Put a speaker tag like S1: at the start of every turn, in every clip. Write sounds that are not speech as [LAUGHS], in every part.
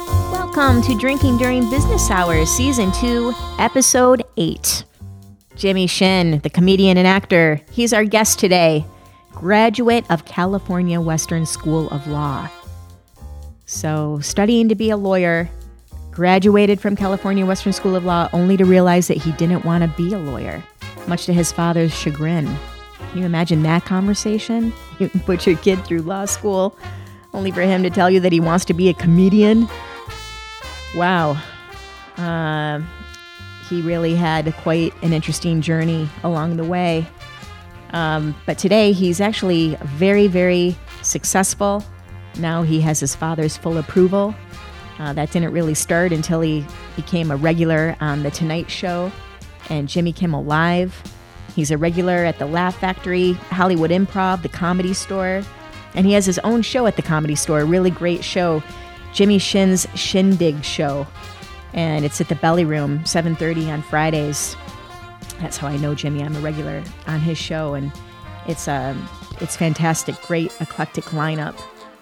S1: Welcome to Drinking During Business Hours, Season 2, Episode 8. Jimmy Shin, the comedian and actor, he's our guest today, graduate of California Western School of Law. So, studying to be a lawyer, graduated from California Western School of Law only to realize that he didn't want to be a lawyer, much to his father's chagrin. Can you imagine that conversation? [LAUGHS] You put your kid through law school only for him to tell you that he wants to be a comedian. Wow. Uh, he really had quite an interesting journey along the way. Um, but today he's actually very, very successful. Now he has his father's full approval. Uh, that didn't really start until he became a regular on The Tonight Show and Jimmy Kimmel Live. He's a regular at the Laugh Factory, Hollywood Improv, the Comedy Store, and he has his own show at the Comedy Store, a really great show, Jimmy Shin's Shindig Show, and it's at the Belly Room, 7:30 on Fridays. That's how I know Jimmy. I'm a regular on his show, and it's um, it's fantastic, great eclectic lineup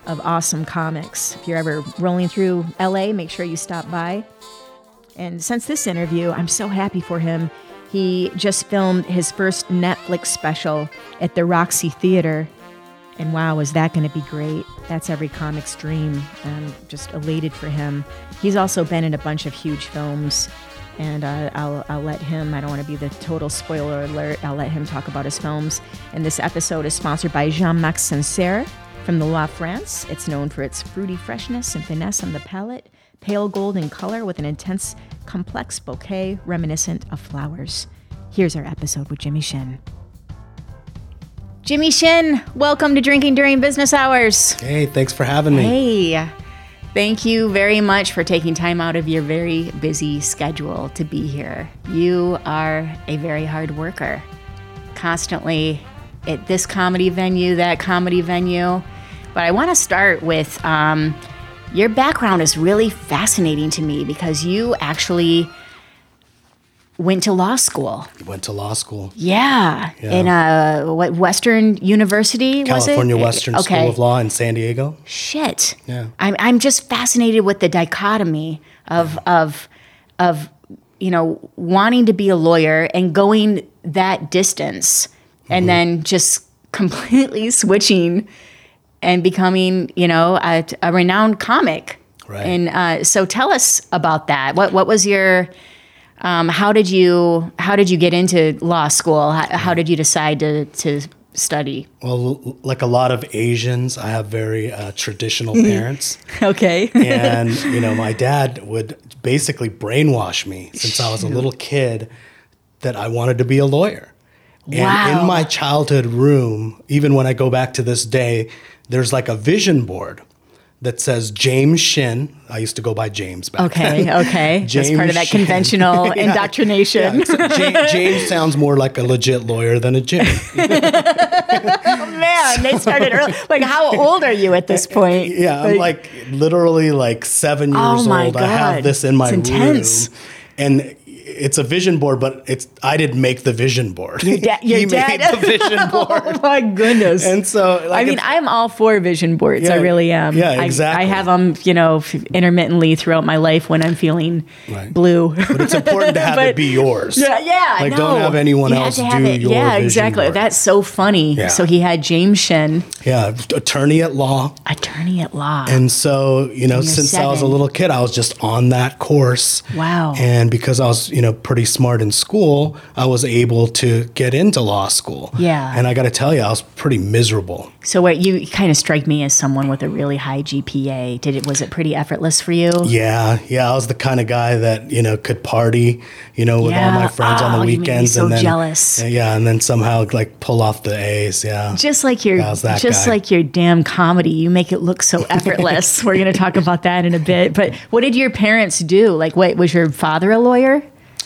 S1: of awesome comics. If you're ever rolling through LA, make sure you stop by. And since this interview, I'm so happy for him. He just filmed his first Netflix special at the Roxy Theater. And wow, is that going to be great? That's every comic's dream. I'm just elated for him. He's also been in a bunch of huge films. And uh, I'll, I'll let him, I don't want to be the total spoiler alert, I'll let him talk about his films. And this episode is sponsored by Jean Max Sincere from the La France. It's known for its fruity freshness and finesse on the palate, pale gold in color with an intense, complex bouquet reminiscent of flowers. Here's our episode with Jimmy Shin. Jimmy Shin, welcome to Drinking During Business Hours.
S2: Hey, thanks for having me.
S1: Hey, thank you very much for taking time out of your very busy schedule to be here. You are a very hard worker, constantly at this comedy venue, that comedy venue. But I want to start with um, your background is really fascinating to me because you actually went to law school.
S2: Went to law school.
S1: Yeah, in a what Western University was it?
S2: California Western School of Law in San Diego.
S1: Shit.
S2: Yeah.
S1: I'm I'm just fascinated with the dichotomy of of of you know wanting to be a lawyer and going that distance
S2: Mm-hmm.
S1: and then just completely [LAUGHS] switching and becoming you know a, a renowned comic.
S2: Right.
S1: And uh, so tell us about that. What what was your um, how did you how did you get into law school? How,
S2: Mm.
S1: how did you decide to to study? [LAUGHS]
S2: Well, l- like a lot of Asians, I have very uh,
S1: [LAUGHS]
S2: traditional parents,
S1: Okay.
S2: and you know, my dad would basically brainwash me since I was a little kid that I wanted to be a lawyer. And
S1: Wow.
S2: in my childhood room, even when I go back to this day, there's like a vision board that says James Shin. I used to go by James back
S1: [LAUGHS] Okay, okay. That's part of that
S2: James- [LAUGHS]
S1: conventional indoctrination.
S2: Yeah, James, James sounds more like a legit lawyer than a Jimmy.
S1: Man, they started early.
S2: [LAUGHS]
S1: Like, how old are you at this point?
S2: Yeah, I'm like literally like seven years
S1: Oh my
S2: old. I have
S1: God.
S2: this in my
S1: It's intense.
S2: room, and it's a vision board, but it's I didn't make the vision board. Your [LAUGHS]
S1: da- your
S2: he
S1: dad-
S2: made the
S1: [LAUGHS]
S2: vision board,
S1: [LAUGHS] oh my goodness.
S2: and so like,
S1: I mean,
S2: it's-
S1: I'm all for vision boards. I
S2: Yeah,
S1: really am.
S2: yeah,
S1: I-
S2: exactly.
S1: I, have them, you know, f- intermittently throughout my life when I'm feeling
S2: Right.
S1: blue.
S2: but
S1: [LAUGHS]
S2: it's important to have
S1: but-
S2: it be yours.
S1: Yeah, yeah.
S2: Like,
S1: no.
S2: don't have anyone
S1: You have
S2: else
S1: to have
S2: do
S1: it.
S2: your
S1: Yeah,
S2: vision
S1: exactly.
S2: board.
S1: That's so funny.
S2: Yeah.
S1: So he had James Shen,
S2: yeah, attorney at law.
S1: attorney at law.
S2: And so, you know,
S1: you're
S2: since I was a
S1: seven.
S2: little kid, I was just on that course.
S1: Wow.
S2: And because I was, you know, pretty smart in school, I was able to get into law school.
S1: Yeah.
S2: And I got to tell you, I was pretty miserable.
S1: so what you kind of strike me as someone with a really high GPA. Did it was it pretty effortless for you?
S2: Yeah. Yeah. I was the kind of guy that, you know, could party, you know, with all
S1: Yeah.
S2: my friends on
S1: Oh,
S2: the
S1: you made me
S2: weekends.
S1: so
S2: and then,
S1: jealous.
S2: Yeah. And then somehow, like, pull off the A's. Yeah.
S1: Just like your,
S2: How's that
S1: just
S2: guy?
S1: like your damn comedy, you make it look
S2: [LAUGHS]
S1: so effortless. We're gonna talk about that in a bit. But what did your parents do? Like, what was your father a lawyer?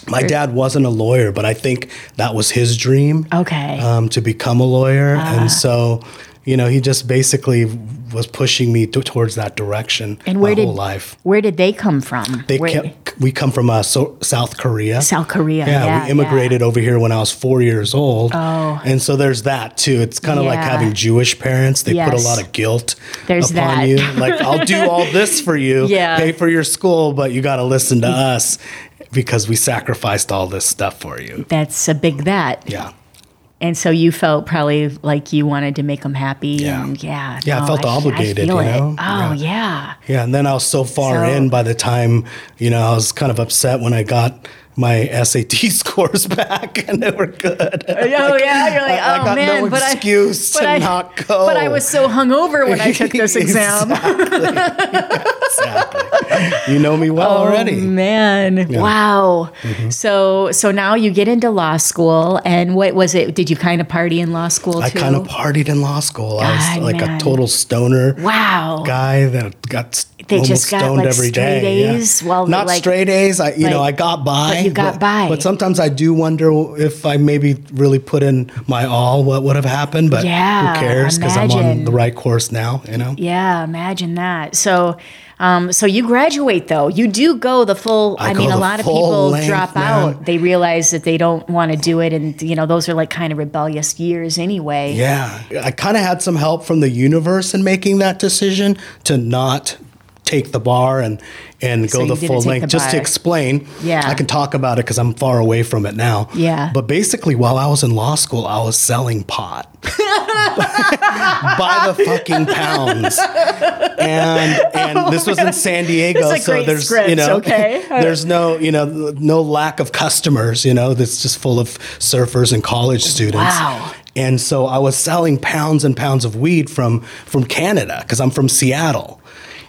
S2: My dad wasn't a lawyer, but I think that was his dream.
S1: Okay, Ah.
S2: um, to become a lawyer. and so, you know, he just basically was pushing me to, towards that direction
S1: And where
S2: Uh, my
S1: did
S2: whole life.
S1: where did they come from?
S2: They
S1: Where-
S2: kept, we come from uh, so, South Korea.
S1: South Korea.
S2: yeah,
S1: Yeah,
S2: we immigrated over here when I was four years old.
S1: Oh.
S2: And so there's that too. It's kind of like
S1: Yeah.
S2: having Jewish parents. They put
S1: Yes.
S2: a lot of guilt
S1: There's
S2: upon
S1: that.
S2: you. Like, I'll
S1: [LAUGHS]
S2: do all this for you,
S1: Yeah.
S2: pay for your school, but you got to listen to us because we sacrificed all this stuff for you.
S1: That's a big that.
S2: Yeah.
S1: And so you felt probably like you wanted to make them happy.
S2: Yeah.
S1: And yeah.
S2: Yeah, I
S1: no,
S2: felt
S1: f-
S2: obligated,
S1: feel
S2: you
S1: it.
S2: know?
S1: Oh, yeah.
S2: Yeah, and then I was so far
S1: So-
S2: in by the time, you know, I was kind of upset when I got my SAT [LAUGHS] scores back and they were good. [LAUGHS]
S1: oh, yeah. You're like,
S2: I- I
S1: oh,
S2: got no
S1: man. but I-
S2: excuse
S1: but
S2: to
S1: I,
S2: not go.
S1: But I was so hungover when I took
S2: [LAUGHS]
S1: this exam.
S2: Exactly. You know me well
S1: Oh,
S2: already. Mm-hmm.
S1: man. Wow. So so now you get into law school and what was it? Did you kind of party in law school too?
S2: I kind of partied in law school. I was
S1: God,
S2: like
S1: man.
S2: a total stoner
S1: Wow.
S2: guy that got s-
S1: They
S2: almost
S1: just got,
S2: stoned
S1: like,
S2: every
S1: straight
S2: day.
S1: A's
S2: yeah.
S1: while they,
S2: Not
S1: like-
S2: straight A's. I, you know, I
S1: like-
S2: got by.
S1: but you got
S2: but,
S1: by.
S2: But sometimes I do wonder if I maybe really put in my all, what would have happened. But
S1: Yeah,
S2: who cares? Because I'm on
S1: imagine.
S2: the right course now. You know.
S1: Yeah, imagine that. So, um, so you graduate though. You do go the full. I,
S2: I go
S1: mean, a
S2: the
S1: lot of
S2: full
S1: people
S2: length,
S1: drop
S2: man.
S1: out. They realize that they don't want to do it, and you know those are like kind of rebellious years anyway.
S2: Yeah. I kind of had some help from the universe in making that decision to not take the bar and and
S1: So
S2: go
S1: you
S2: the
S1: didn't
S2: full
S1: take
S2: length
S1: the
S2: just to
S1: bar.
S2: explain
S1: Yeah.
S2: i can talk about it because i'm far away from it now
S1: Yeah.
S2: but basically while i was in law school i was
S1: [LAUGHS]
S2: selling pot by the fucking pounds and and this
S1: [LAUGHS]
S2: was in san diego
S1: That's a
S2: so
S1: great
S2: there's
S1: script,
S2: you know [LAUGHS]
S1: okay.
S2: there's no you know no lack of customers you know that's just full of surfers and college students
S1: Wow.
S2: and so I was selling pounds and pounds of weed from from Canada because I'm from Seattle.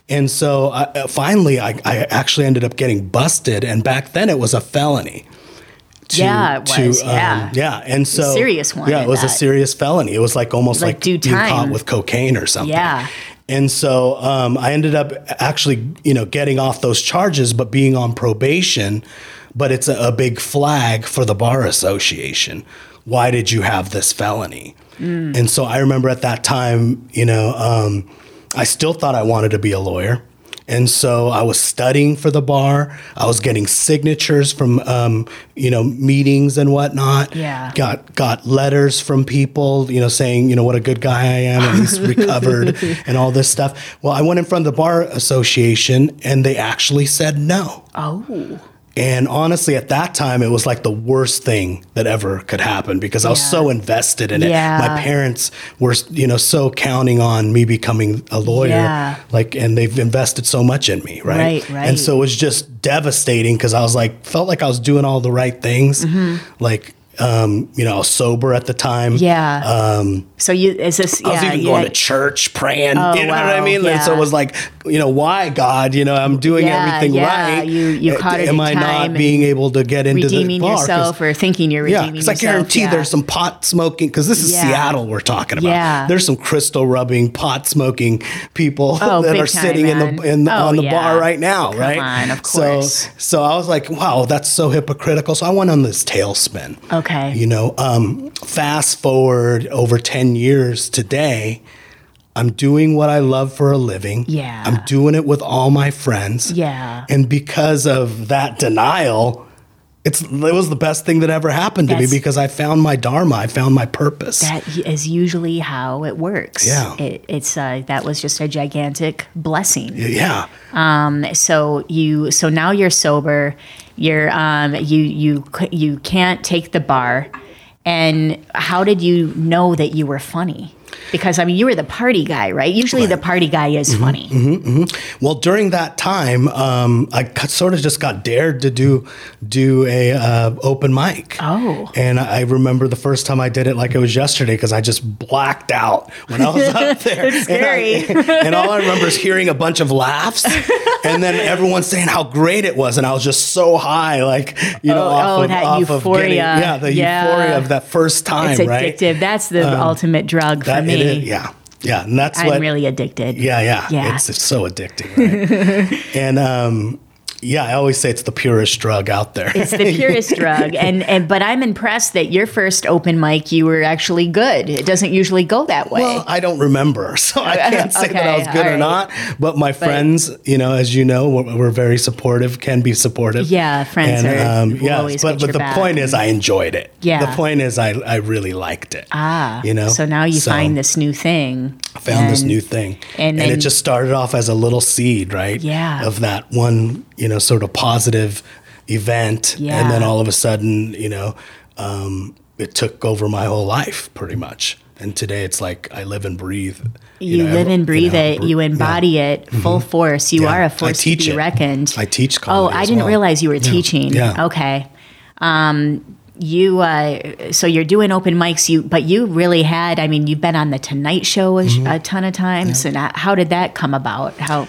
S2: And so I, uh, finally, I, I actually ended up getting busted, and back then it was a felony. To, um,
S1: Yeah, it was, yeah.
S2: yeah, and so
S1: serious one
S2: Yeah,
S1: at
S2: it was
S1: that.
S2: a serious felony. It was like almost
S1: Like
S2: like,
S1: due
S2: being caught
S1: time.
S2: with cocaine or something.
S1: Yeah.
S2: And so um, I ended up actually, you know, getting off those charges, but being on probation. But it's a, a big flag for the bar association. Why did you have this felony? And so I remember at that time, you know, um, I still thought I wanted to be a lawyer. And so I was studying for the bar. I was getting signatures from, um, you know, meetings and whatnot.
S1: Yeah.
S2: Got got letters from people, you know, saying, you know, what a good guy I am and he's recovered and all this stuff. Well, I went in front of the bar association and they actually said no.
S1: Oh,
S2: And honestly, at that time, it was like the worst thing that ever could happen because I was
S1: Yeah.
S2: so invested in it.
S1: Yeah.
S2: My parents were, you know, so counting on me becoming a lawyer,
S1: Yeah.
S2: like, and they've invested so much in me, right?
S1: Right, right.
S2: And so it was just devastating because I was like, felt like I was doing all the right things, like. Um, you know, I was sober at the time.
S1: Mm-hmm. yeah. Um, so you is this?
S2: I was
S1: yeah,
S2: even
S1: yeah,
S2: going to church praying. you know what I
S1: wow,
S2: mean? And so
S1: yeah.
S2: it was like, you know, why God? You know, I'm doing
S1: Yeah,
S2: everything
S1: yeah,
S2: right.
S1: you- you
S2: Uh,
S1: caught it
S2: Am
S1: in
S2: I
S1: time and
S2: not being able to get into
S1: redeeming
S2: the bar? 'Cause-
S1: yourself or thinking you're
S2: Yeah,
S1: redeeming
S2: because I
S1: yourself.
S2: guarantee
S1: yeah.
S2: there's some pot smoking because this is
S1: Yeah.
S2: Seattle we're talking about.
S1: Yeah.
S2: There's some crystal rubbing, pot smoking people
S1: Oh,
S2: [LAUGHS] that
S1: big
S2: are
S1: time,
S2: sitting in
S1: man.
S2: the, in the
S1: Oh,
S2: on the
S1: yeah.
S2: bar right now,
S1: Come
S2: right?
S1: on, of course.
S2: So, so I was like, wow, that's so hypocritical. So I went on this tailspin.
S1: Okay.
S2: You know, um, fast forward over 10 years today, I'm doing what I love for a living.
S1: Yeah.
S2: I'm doing it with all my friends.
S1: Yeah.
S2: And because of that denial, it's it was the best thing that ever happened to
S1: That's-
S2: me because I found my dharma, I found my purpose.
S1: That is usually how it works.
S2: Yeah.
S1: It, it's uh, that was just a gigantic blessing.
S2: yeah.
S1: so you so now you're sober you're um you you c- you can't take the bar and how did you know that you were funny because i mean you were the party guy right usually the party guy is
S2: Mm-hmm.
S1: funny
S2: Well, during that time, um, I sort of just got dared to do do a uh, open mic.
S1: Oh.
S2: and I I remember the first time I did it like it was yesterday because I just blacked out when I was up
S1: [LAUGHS]
S2: there. it's
S1: scary.
S2: And, I- [LAUGHS] and all I remember is hearing a bunch of
S1: [LAUGHS]
S2: laughs, and then everyone saying how great it was, and I was just so high, like you know,
S1: Oh,
S2: off
S1: oh,
S2: of,
S1: that
S2: off of getting-
S1: euphoria.
S2: yeah, the
S1: Yeah.
S2: euphoria of that first
S1: it's
S2: time, right? Um,
S1: addictive that's the ultimate drug for
S2: That
S1: me
S2: it is- yeah, yeah, and that's
S1: i'm
S2: what
S1: really addicted
S2: yeah, yeah.
S1: Yeah. [LAUGHS]
S2: It's, it's so addicting. Right? and um, Yeah, I always say it's the purest drug out there.
S1: It's the
S2: [LAUGHS]
S1: purest drug, and, and but I'm impressed that your first open mic you were actually good. It doesn't usually go that way.
S2: Well, I don't remember, [LAUGHS] so I can't say that I was
S1: Okay,
S2: good
S1: all
S2: or
S1: right.
S2: not. But my friends, you know, as you know, were, were very supportive, can be supportive.
S1: Yeah, friends are- will always
S2: um, but
S1: get
S2: but
S1: your
S2: the
S1: back.
S2: point is, I enjoyed it.
S1: Yeah.
S2: the point is, I I really liked it.
S1: ah,
S2: you know.
S1: So now you find this new thing.
S2: I found this
S1: and-
S2: new thing,
S1: and
S2: and,
S1: then-
S2: it just started off as a little seed, right?
S1: Yeah.
S2: of that one, you know, sort of positive event, and then
S1: Yeah.
S2: all of a sudden, you know, um, it took over my whole life, pretty much. And today, it's like I live and breathe.
S1: You,
S2: know,
S1: live
S2: every-
S1: and breathe
S2: know,
S1: it.
S2: br-
S1: You
S2: yeah. Mm-hmm.
S1: embody it full force. You
S2: Yeah.
S1: are
S2: I
S1: a force to
S2: teach
S1: be
S2: it.
S1: reckoned.
S2: I teach
S1: Oh,
S2: comedy.
S1: I
S2: as
S1: didn't
S2: well.
S1: realize you were teaching.
S2: Yeah.
S1: Okay. Um, you uh, so you're doing open mics. You but you really had. I mean, you've been on the Tonight Show a, sh-
S2: Mm-hmm.
S1: a ton of times. And I- how did that come about? How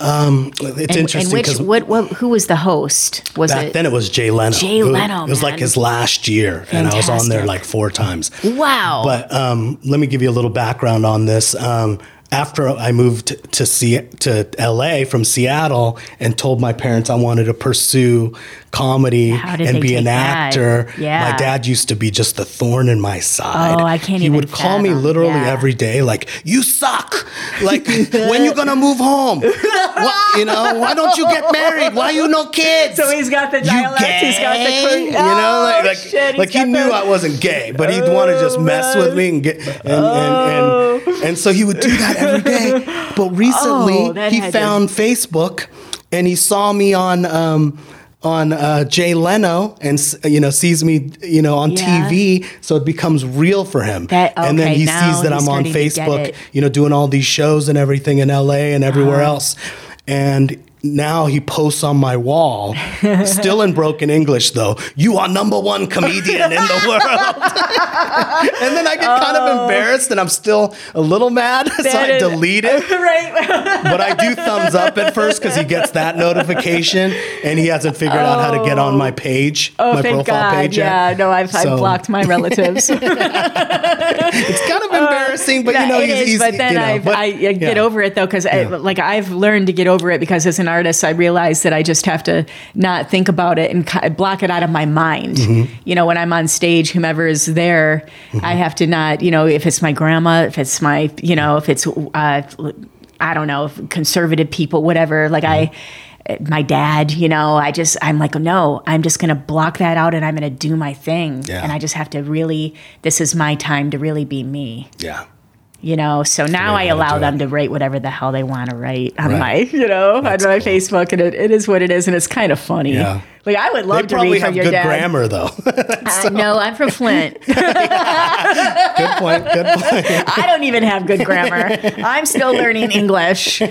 S2: It's
S1: and, and
S2: interesting
S1: which
S2: because
S1: what, what who was the host? Was
S2: back
S1: it
S2: then it was Jay Leno.
S1: Jay
S2: It was-
S1: Leno,
S2: It was
S1: man.
S2: like his last year, and I was on there
S1: Fantastic.
S2: like four times.
S1: wow?
S2: But um, let me give you a little background on this. Um, after I moved to C- to LA from Seattle and told my parents I wanted to pursue comedy
S1: How did they
S2: and be
S1: take
S2: an
S1: that?
S2: actor,
S1: Yeah.
S2: my dad used to be just the thorn in my side.
S1: Oh, I can't
S2: He
S1: even
S2: would call me
S1: fathom.
S2: literally
S1: Yeah.
S2: every day, like, "You suck! Like, when you gonna
S1: [LAUGHS]
S2: move home? What, you know, why don't you get married? Why you no kids?
S1: So he's got the
S2: You
S1: dialect, he's got the
S2: gay?"
S1: cur-
S2: you
S1: Oh,
S2: know, like, like,
S1: shit, he's
S2: like he
S1: got
S2: knew
S1: the- Oh,
S2: I wasn't gay, but he'd want to just mess with me and get and, and, and, and so he would do that every day.
S1: [LAUGHS]
S2: But
S1: Oh,
S2: recently
S1: that
S2: he
S1: had to-
S2: found Facebook and he saw me on um on uh, Jay Leno and s- you know sees me you know on
S1: Yeah.
S2: TV so it becomes real for him
S1: That-
S2: and then
S1: okay,
S2: he
S1: now
S2: sees that
S1: he's
S2: I'm on
S1: starting to get
S2: Facebook
S1: it. Uh-huh.
S2: you know doing all these shows and everything in LA and everywhere else and now he posts on my
S1: [LAUGHS]
S2: wall still in broken English though you are number one comedian in the world [LAUGHS] and then I get kind of embarrassed and I'm still a little mad [LAUGHS] so
S1: Oh. That
S2: I
S1: is-
S2: delete
S1: [LAUGHS]
S2: it
S1: right.
S2: but I do thumbs up at first because he gets that notification and he hasn't figured out how to get on my page,
S1: Oh,
S2: my
S1: thank
S2: profile
S1: God.
S2: page.
S1: yeah.
S2: yet.
S1: No, I've,
S2: So,
S1: I've blocked my
S2: [LAUGHS]
S1: relatives.
S2: It's kind of embarrassing, but you know,
S1: Uh, it
S2: he's,
S1: is,
S2: he's
S1: but then
S2: you know,
S1: I've,
S2: but-
S1: I, I get
S2: yeah.
S1: over it though, because like I've learned to get over it because as an artist, I realize that I just have to not think about it and ki- block it out of my mind.
S2: Mm-hmm.
S1: You know, when I'm on stage, whomever is there, I have to not, you know, if it's my grandma, if it's my, you know, if it's, uh, I don't know, conservative people, whatever. Like I.
S2: Mm-hmm.
S1: uh, My dad, you know, I just, I'm like, no, I'm just going to block that out and I'm going to do my thing.
S2: Yeah.
S1: And I just have to really, this is my time to really be me
S2: Yeah.
S1: you know so now i
S2: way to
S1: allow
S2: do
S1: them
S2: it.
S1: to write whatever the hell they want to write on
S2: Right.
S1: my [LAUGHS] you know on my facebook and it, it is what it is and it's kind of funny
S2: Yeah.
S1: like i would
S2: They
S1: love to
S2: probably
S1: read from
S2: have
S1: your
S2: good
S1: dad
S2: grammar though.
S1: [LAUGHS] I know i'm from flint
S2: [LAUGHS] good point. [LAUGHS] Good point.
S1: i don't even have good grammar i'm still learning
S2: [LAUGHS]
S1: english uh,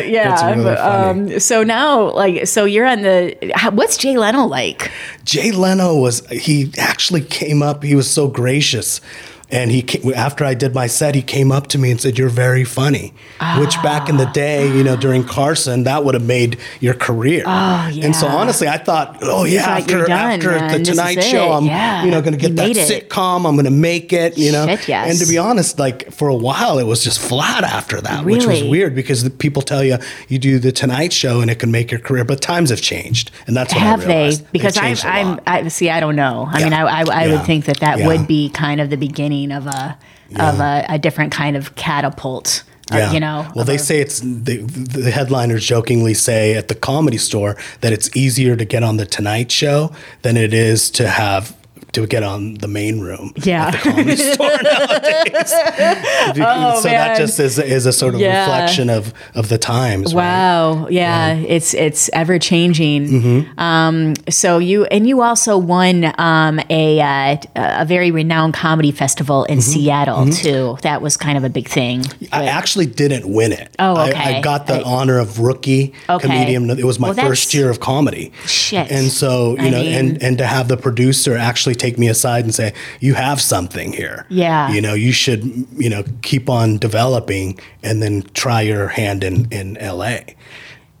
S1: yeah
S2: really
S1: but,
S2: funny.
S1: um, so now like so you're on the how, what's jay leno like
S2: Jay Leno was he actually came up. He was so gracious, and he ca- after I did my set, he came up to me and said, "You're very funny," which back in
S1: Ah.
S2: the day, you know, during Carson, that would have made your career. Oh,
S1: yeah.
S2: And so honestly, I thought, oh yeah,
S1: thought,
S2: after
S1: "You're done,
S2: after
S1: man.
S2: the
S1: This is
S2: Tonight
S1: it."
S2: Show, I'm
S1: Yeah.
S2: you know going to
S1: You
S2: get that
S1: made it.
S2: sitcom. I'm going to make it. You know,
S1: Shit, yes.
S2: and to be honest, like for a while, it was just flat after that, which was
S1: Really?
S2: weird because the people tell you you do the Tonight Show and it can make your career, but times have changed, and that's what
S1: have
S2: I realized.
S1: they because
S2: They've
S1: i'm
S2: changed a lot.
S1: i'm I, see i don't know i mean i,
S2: Yeah.
S1: I, I
S2: Yeah.
S1: would think that that
S2: Yeah.
S1: would be kind of the beginning of a of a, a different kind of catapult uh, you know
S2: Well,
S1: of
S2: they
S1: a-
S2: say it's the, the headliners jokingly say at the comedy store that it's easier to get on the Tonight Show than it is to have to get on the main room.
S1: Yeah.
S2: At the
S1: [LAUGHS]
S2: comedy store nowadays.
S1: Oh,
S2: so
S1: man.
S2: that just is is a sort of
S1: Yeah.
S2: reflection of of the times. right? Mm-hmm.
S1: Wow. Yeah, it's it's ever changing. Um, so you and you also won um, a uh, a very renowned comedy festival in
S2: Mm-hmm.
S1: Seattle too. That was kind of a big thing.
S2: I actually didn't win it.
S1: Oh,
S2: I- I,
S1: okay.
S2: got the honor of rookie
S1: Okay.
S2: comedian. It was my
S1: Well, that's-
S2: first year of comedy.
S1: Shit.
S2: And so, you
S1: I
S2: know,
S1: mean-
S2: and, and to have the producer actually take me aside and say, you have something here.
S1: Yeah.
S2: You know, you should, you know, keep on developing and then try your hand in, in LA.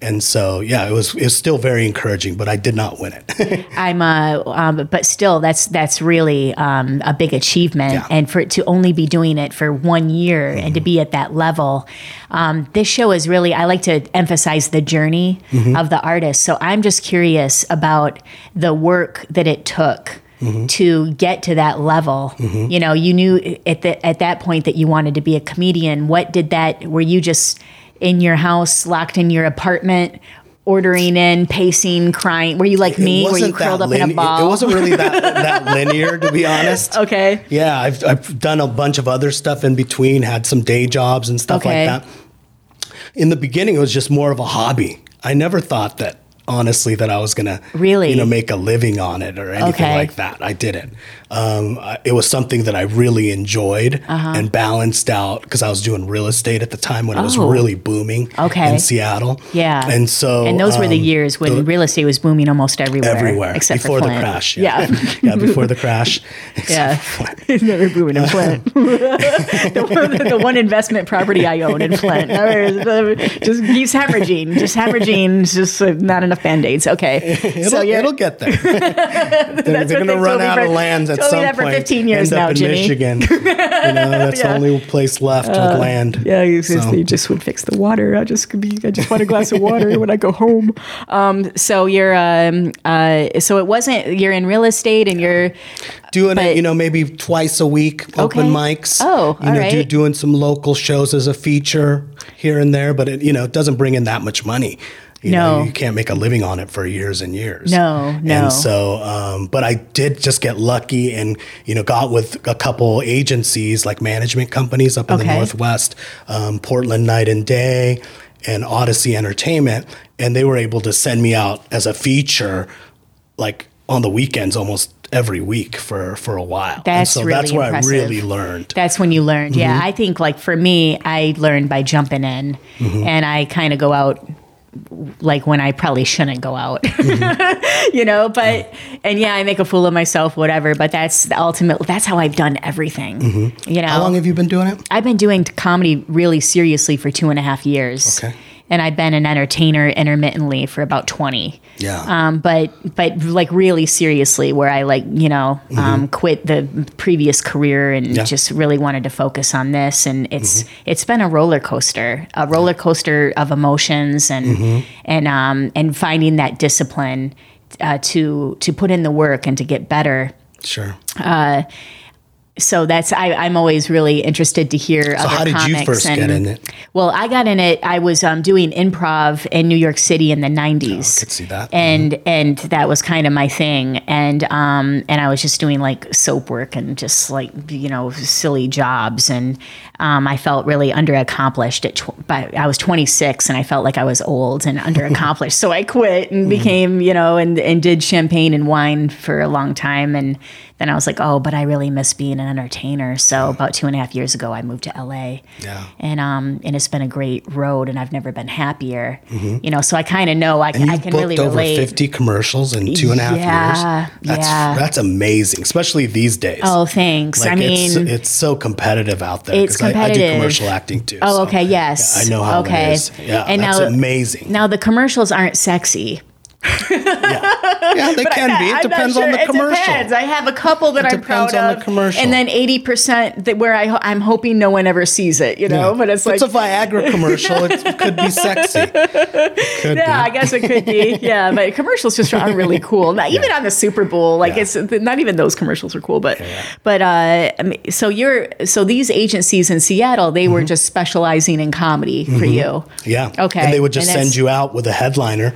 S2: And so, yeah, it was, it was still very encouraging, but I did not win it. [LAUGHS]
S1: I'm uh, um, but still, that's that's really um, a big achievement,
S2: Yeah.
S1: and for it to only be doing it for one year and to be at that level, um, this show is really. I like to emphasize the journey of the artist. So I'm just curious about the work that it took. To get to that level, you know, you knew at the, at that point that you wanted to be a comedian. What did that? Were you just in your house, locked in your apartment, ordering in, pacing, crying? Were you like me?
S2: It
S1: where you
S2: wasn't that
S1: curled up in
S2: lin-
S1: a
S2: it-
S1: ball.
S2: It wasn't really that,
S1: [LAUGHS]
S2: that linear, to be honest.
S1: okay.
S2: Yeah, I've, I've done a bunch of other stuff in between, had some day jobs and stuff
S1: Okay.
S2: like that. In the beginning, it was just more of a hobby. I never thought that, honestly, that I was going to
S1: Really?
S2: you know, make a living on it or anything
S1: Okay.
S2: like that. I didn't. Um, I, it was something that I really enjoyed
S1: Uh-huh.
S2: and balanced out because I was doing real estate at the time when it was
S1: Oh.
S2: really booming
S1: Okay.
S2: in Seattle.
S1: Yeah.
S2: And so.
S1: and those were the
S2: um,
S1: years when real estate was booming almost everywhere.
S2: Everywhere
S1: except
S2: before
S1: for
S2: the
S1: Flint.
S2: crash, [LAUGHS]
S1: yeah.
S2: yeah, before the crash,
S1: [LAUGHS] Yeah. [LAUGHS] it's never booming in
S2: [LAUGHS]
S1: Flint. the, one, the one investment property I own in Flint just keeps hemorrhaging, just hemorrhaging, It's just uh, not enough band aids. Okay.
S2: It'll,
S1: so you're,
S2: it'll
S1: [LAUGHS]
S2: get there. they're they're
S1: what
S2: going
S1: they
S2: to run
S1: told me
S2: out of
S1: for-
S2: land at
S1: told me
S2: some
S1: that for
S2: point.
S1: 15 years
S2: end
S1: now,
S2: up in
S1: Jimmy. [LAUGHS]
S2: Michigan. You know, that's
S1: Yeah. Uh,
S2: the only place left with land.
S1: yeah, you just,
S2: So-
S1: you just would fix the water. I just could be, I just want a glass of water when I go home. Um, so you're, um, uh, so it wasn't. You're in real estate, and you're
S2: doing
S1: But-
S2: it, you know, maybe twice a week, open
S1: Okay.
S2: mics.
S1: Oh,
S2: you know, do,
S1: alright.
S2: doing some local shows as a feature here and there, but it, you know, it doesn't bring in that much money. You
S1: No.
S2: know, you can't make a living on it for years and years.
S1: No, no.
S2: And so, um, but I did just get lucky and, you know, got with a couple agencies like management companies up in
S1: Okay.
S2: the Northwest, um, Portland Night and Day and Odyssey Entertainment. And they were able to send me out as a feature like on the weekends almost every week for for a while. And
S1: That's
S2: so
S1: really
S2: that's where
S1: impressive.
S2: I really learned.
S1: That's when you learned.
S2: Mm-hmm.
S1: Yeah, I think like for me, I learned by jumping in,
S2: Mm-hmm.
S1: and I kind of go out like when I probably shouldn't go out, [LAUGHS]
S2: Mm-hmm.
S1: you know. But and yeah, I make a fool of myself, whatever. But that's the ultimate. That's how I've done everything. You know,
S2: Mm-hmm. How long have you been doing it?
S1: I've been doing comedy really seriously for two and a half years.
S2: Okay.
S1: And I've been an entertainer intermittently for about 20.
S2: Yeah.
S1: Um, but, but like really seriously, where I like, you know, um, quit the previous career and
S2: Mm-hmm. Yeah. Mm-hmm.
S1: just really wanted to focus on this. And it's, it's been a roller coaster, a roller coaster of emotions and,
S2: Mm-hmm.
S1: and, um, and finding that discipline, uh, to, to put in the work and to get better
S2: Sure.
S1: so that's I, I'm always really interested to hear.
S2: So
S1: other
S2: how did you
S1: comics
S2: first
S1: and,
S2: get in it?
S1: Well, I got in it. I was um, doing improv in New York City in the '90s.
S2: could see that.
S1: And and that was kind of my thing. And um and I was just doing like soap work and just like you know silly jobs. And um, I felt really underaccomplished. At tw- by, I was 26 and I felt like I was old and underaccomplished. so I quit and became you know and and did champagne and wine for a long time. And then I was like, oh, but I really miss being an entertainer. So about two and a half years ago, I moved to LA
S2: Yeah.
S1: and um and it's been a great road and I've never been happier. You know, so I kind of know I,
S2: Mm-hmm. You've
S1: I can
S2: booked
S1: really
S2: over
S1: relate.
S2: 50 commercials in two and a half
S1: Yeah,
S2: years. That's,
S1: yeah.
S2: that's amazing, especially these days.
S1: Oh, thanks.
S2: Like,
S1: I
S2: it's,
S1: mean,
S2: it's so competitive out there.
S1: It's
S2: 'cause I- I,
S1: competitive.
S2: do commercial acting too.
S1: oh,
S2: so
S1: okay, yes,
S2: I know how
S1: okay.
S2: it is. Yeah,
S1: and
S2: that's
S1: now
S2: amazing.
S1: now the commercials aren't sexy.
S2: yeah, they can
S1: I'm
S2: be. It
S1: not
S2: depends
S1: sure.
S2: on the
S1: It
S2: commercial.
S1: depends. I have a couple that I'm proud
S2: depends on
S1: of,
S2: the commercial.
S1: and then eighty percent that where I ho- I'm hoping no one ever sees it. You know,
S2: Yeah.
S1: but it's
S2: If
S1: like
S2: a Viagra commercial. It could be
S1: [LAUGHS]
S2: sexy. Could
S1: Yeah, I
S2: be.
S1: guess it could be.
S2: [LAUGHS]
S1: Yeah, but commercials just are really cool. Not, Even on the Super Bowl, like
S2: Yeah.
S1: it's not even those commercials are cool. But but uh, I mean, so you're so these agencies in Seattle, they
S2: Mm-hmm.
S1: were just specializing in comedy for you.
S2: Yeah.
S1: Okay.
S2: And they would just
S1: And
S2: send
S1: that's-
S2: you out with a headliner,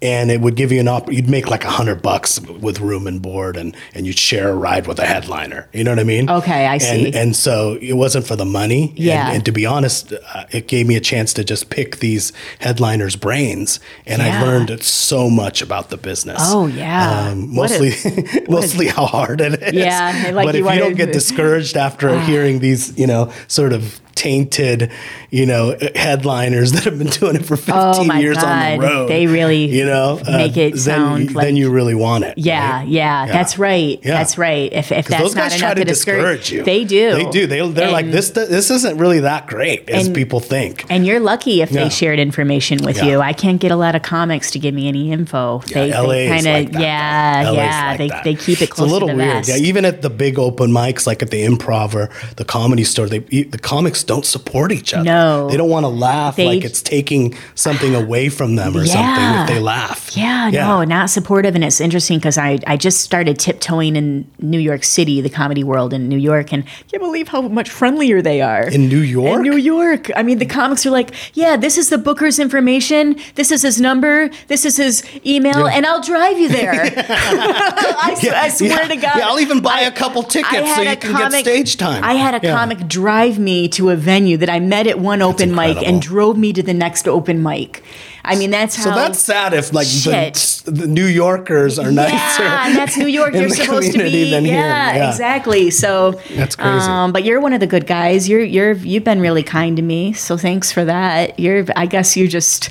S2: and it would give you an op. You'd make like a hundred bucks with room and board, and and you'd share a ride with a headliner. You know what I mean?
S1: Okay, I
S2: And-
S1: see.
S2: And so it wasn't for the money. And-
S1: Yeah.
S2: And, to be honest, uh, it gave me a chance to just pick these headliners' brains, and
S1: Yeah.
S2: I learned so much about the business.
S1: Oh, yeah.
S2: Um,
S1: What a-
S2: mostly, [LAUGHS] mostly how hard it is.
S1: Yeah, and, like,
S2: but
S1: you Ah.
S2: if
S1: wanted
S2: you don't get
S1: to-
S2: discouraged after hearing these, you know, sort of tainted, you know, headliners that have been doing it for 15
S1: Oh my
S2: years on
S1: God.
S2: the road.
S1: They really
S2: you know, uh,
S1: make it
S2: then,
S1: sound
S2: you,
S1: like-
S2: then you really want it.
S1: Yeah,
S2: right?
S1: yeah, that's right.
S2: Yeah.
S1: That's right. If, if that's
S2: Those
S1: not
S2: guys
S1: enough
S2: try to,
S1: discourage,
S2: discourage you.
S1: they do.
S2: They do. They, they're like,
S1: And-
S2: this, this isn't really that great as people think.
S1: And you're lucky if
S2: Yeah.
S1: they shared information with
S2: Yeah.
S1: you. I can't get a lot of comics to give me any info. they
S2: LA is
S1: kind
S2: like
S1: of
S2: that,
S1: yeah,
S2: though. LA is
S1: yeah.
S2: like
S1: they
S2: that.
S1: they keep it
S2: It's a
S1: close
S2: little
S1: to the
S2: weird.
S1: vest.
S2: Yeah, even at the big open mics, like at the Improv or the Comedy Store, they e, the comics don't support each other.
S1: No.
S2: they don't want to laugh
S1: They-
S2: like it's taking something away from them or
S1: Yeah.
S2: something if they laugh.
S1: Yeah, no, not supportive. And it's interesting because I, I just started tiptoeing in New York City, the comedy world in New York, and I can't believe how much friendlier they are.
S2: In New York?
S1: In New York. I mean, the comics are like, yeah, this is the booker's information. This is his number. This is his email, and I'll drive you
S2: [LAUGHS]
S1: there. [LAUGHS] I, s- I swear
S2: Yeah.
S1: to God.
S2: Yeah, I'll even buy a couple tickets so you can get stage time.
S1: I had a
S2: Yeah.
S1: comic drive me to a venue that I met at one open mic
S2: incredible.
S1: and drove me to the next open mic. I mean, that's how.
S2: So that's sad if like
S1: Shit.
S2: the, the New Yorkers are nicer.
S1: Yeah, [LAUGHS] and that's New York.
S2: [LAUGHS] in
S1: You're
S2: the
S1: supposed to
S2: community
S1: be. Yeah,
S2: than here. Yeah.
S1: exactly. So
S2: That's crazy.
S1: Um, but you're one of the good guys. You're you're you've been really kind to me. So thanks for that. You're I guess you just.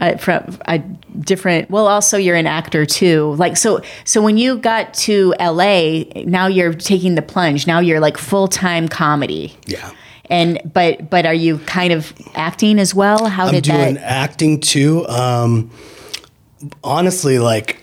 S1: Uh, from a different well also you're an actor too like so so when you got to la now you're taking the plunge now you're like full-time comedy
S2: Yeah.
S1: and but but are you kind of acting as well how
S2: I'm
S1: did
S2: doing
S1: that
S2: acting too. Um, honestly, like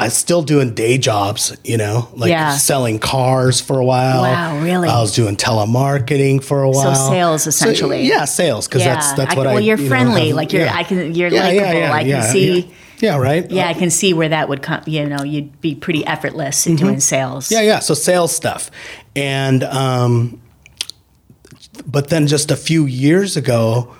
S2: I still doing day jobs, you know, like
S1: Yeah.
S2: selling cars for a while.
S1: Wow, really?
S2: I was doing telemarketing for a while.
S1: sales, essentially.
S2: yeah, sales because that's that's
S1: I,
S2: what I.
S1: well you're
S2: you know,
S1: friendly
S2: have-
S1: like you're
S2: yeah.
S1: i can you're
S2: Yeah, yeah,
S1: likable
S2: yeah,
S1: i can
S2: yeah,
S1: see
S2: Yeah, Yeah, right.
S1: Yeah, I can see where that would come. You know, you'd be pretty effortless in doing sales.
S2: Mm-hmm. Yeah, yeah. So sales stuff, and um, but then just a few years ago,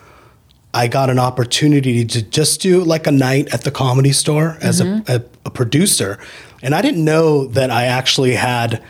S2: I got an opportunity to just do like a night at the comedy store as
S1: Mm-hmm.
S2: a, a, a producer, and I didn't know that I actually had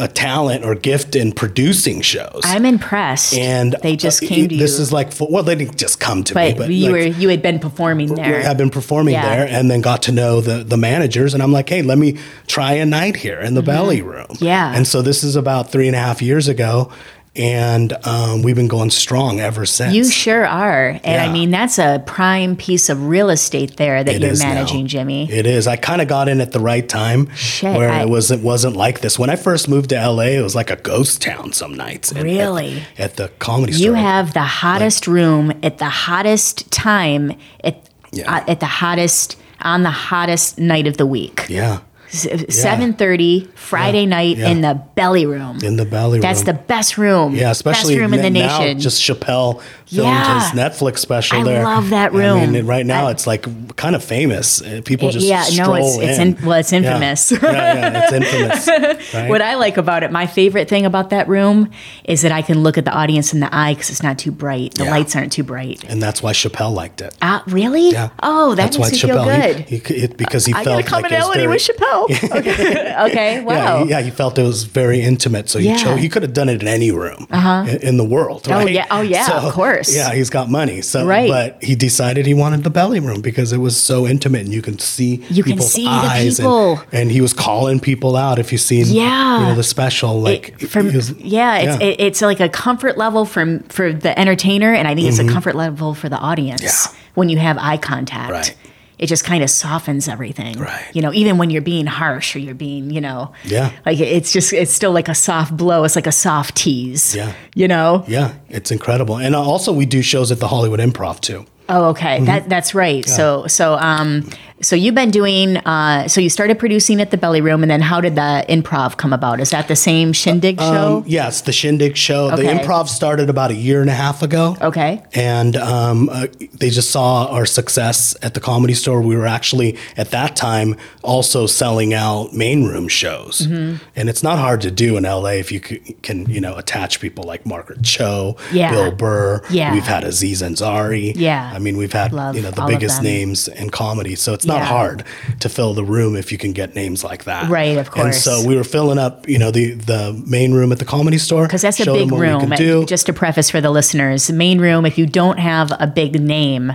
S2: a talent or gift in producing shows.
S1: I'm impressed.
S2: and
S1: they just
S2: uh,
S1: came to
S2: This
S1: you,
S2: is like well, they didn't just come to me,
S1: but,
S2: but
S1: you
S2: like,
S1: were you had been performing there.
S2: I've been performing
S1: Yeah.
S2: there and then got to know the the managers and I'm like, hey, let me try a night here in the belly room.
S1: Mm-hmm. Yeah.
S2: And so this is about three and a half years ago. And um, we've been going strong ever since.
S1: you sure are, and I
S2: Yeah.
S1: mean that's a prime piece of real estate there that
S2: It
S1: you're
S2: is now.
S1: managing, Jimmy.
S2: It is. I kind of got in at the right time
S1: Shit,
S2: where
S1: I-
S2: it was it wasn't like this. When I first moved to LA, it was like a ghost town some nights. at- at-
S1: Really?
S2: At, the comedy store.
S1: You have the hottest room at the hottest time at
S2: Yeah.
S1: uh, at the hottest on the hottest night of the week.
S2: Yeah.
S1: Seven thirty Friday night
S2: yeah.
S1: in the belly room.
S2: In the belly room.
S1: that's the best room.
S2: Yeah, especially
S1: best room in the
S2: n- now,
S1: nation.
S2: Just Chappelle filmed
S1: Yeah.
S2: his Netflix special
S1: I
S2: there.
S1: love that
S2: I
S1: room.
S2: mean, right now
S1: I-
S2: it's like kind of famous. Uh, People just
S1: yeah, no, it's
S2: stroll
S1: it's
S2: in.
S1: in, well, it's
S2: Yeah.
S1: [LAUGHS] infamous.
S2: Yeah, yeah, it's infamous. Right?
S1: What I like about it, my favorite thing about that room is that I can look at the audience in the eye because it's not too bright. The
S2: Yeah.
S1: lights aren't too bright.
S2: and that's why Chappelle liked it.
S1: Ah, really?
S2: Yeah.
S1: Oh, that makes me feel good.
S2: He, he, it- because he
S1: I got
S2: felt
S1: a commonality
S2: like
S1: with
S2: it was very, [LAUGHS]
S1: Chappelle. Okay, okay
S2: yeah,
S1: wow.
S2: he- yeah, he felt it was very intimate. So he
S1: Yeah.
S2: chose. He could have done it in any room in, in the world. Right?
S1: yeah. Oh, yeah,
S2: So,
S1: of course.
S2: Yeah, he's got money. So
S1: Right.
S2: but he decided he wanted the belly room because it was so intimate and you can see
S1: You can
S2: people's
S1: see the
S2: eyes and-
S1: people.
S2: And, he was calling people out. If you've seen,
S1: Yeah.
S2: you know, the special like
S1: It- from
S2: he was-
S1: yeah, it's
S2: yeah.
S1: It, it's like a comfort level from for the entertainer, and I think it's a comfort level for the audience
S2: Mm-hmm. Yeah.
S1: when you have eye contact.
S2: Right.
S1: It just kind of softens everything.
S2: Right.
S1: You know, even when you're being harsh or you're being, you know,
S2: Yeah.
S1: like it's just it's still like a soft blow. It's like a soft tease.
S2: Yeah.
S1: You know.
S2: yeah, it's incredible. And also we do shows at the Hollywood Improv too.
S1: Oh, okay.
S2: Mm-hmm.
S1: That that's right. So so um so you've been doing uh so you started producing at the Belly Room, and then how did the improv come about? Is that the same shindig
S2: Um,
S1: show?
S2: Yes, the Shindig show. The
S1: Oh. Okay.
S2: improv started about a year and a half ago.
S1: okay.
S2: and um, uh, they just saw our success at the comedy store. We were actually at that time also selling out main room shows,
S1: Mm-hmm.
S2: and it's not hard to do in LA if you c- can, you know, attach people like Margaret Cho,
S1: Yeah.
S2: Bill Burr.
S1: Yeah.
S2: we've had Aziz Ansari.
S1: Yeah.
S2: I mean, we've had
S1: Love
S2: you know the
S1: all of
S2: biggest
S1: them.
S2: names in comedy, so it's not
S1: Yeah.
S2: hard to fill the room if you can get names like that.
S1: Right, of
S2: And
S1: course.
S2: so we were filling up, you know, the the main room at the comedy store
S1: Because that's a
S2: showed
S1: big
S2: them what we
S1: room. uh,
S2: could do.
S1: Just to preface for the listeners, the main room, if you don't have a big name,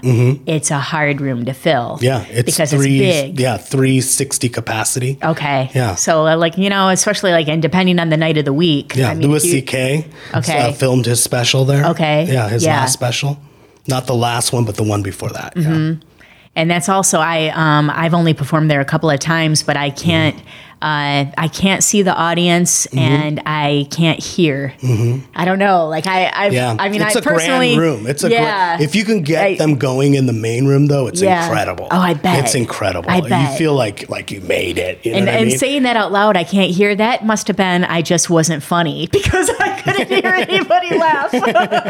S1: it's a hard room to fill.
S2: Mm-hmm. yeah, it's
S1: because
S2: three,
S1: it's big.
S2: yeah, three sixty capacity.
S1: Okay.
S2: Yeah.
S1: So, uh, like, you know, especially like, and depending on the night of the week.
S2: Yeah,
S1: I mean,
S2: Louis
S1: if you-
S2: C.K.
S1: Okay.
S2: uh, filmed his special there.
S1: Okay.
S2: Yeah, his
S1: Yeah.
S2: last special. Not the last one, but the one before that.
S1: Mm-hmm.
S2: Yeah.
S1: and that's also I um, I've only performed there a couple of times, but
S2: Mm-hmm.
S1: I can't uh, I can't see the audience
S2: Mm-hmm.
S1: and I can't hear. I don't know. Like I I've,
S2: Yeah.
S1: I mean
S2: it's
S1: I
S2: a
S1: personally
S2: grand room. It's a
S1: yeah.
S2: gra- if you can get
S1: I-
S2: them going in the main room though, it's
S1: Yeah.
S2: incredible.
S1: Oh, I bet.
S2: It's incredible.
S1: I bet.
S2: You feel like like you made it. You know
S1: and,
S2: what I
S1: and
S2: mean?
S1: saying that out loud, I can't hear. That must have been I just wasn't funny [LAUGHS] because I couldn't hear anybody laugh. [LAUGHS] but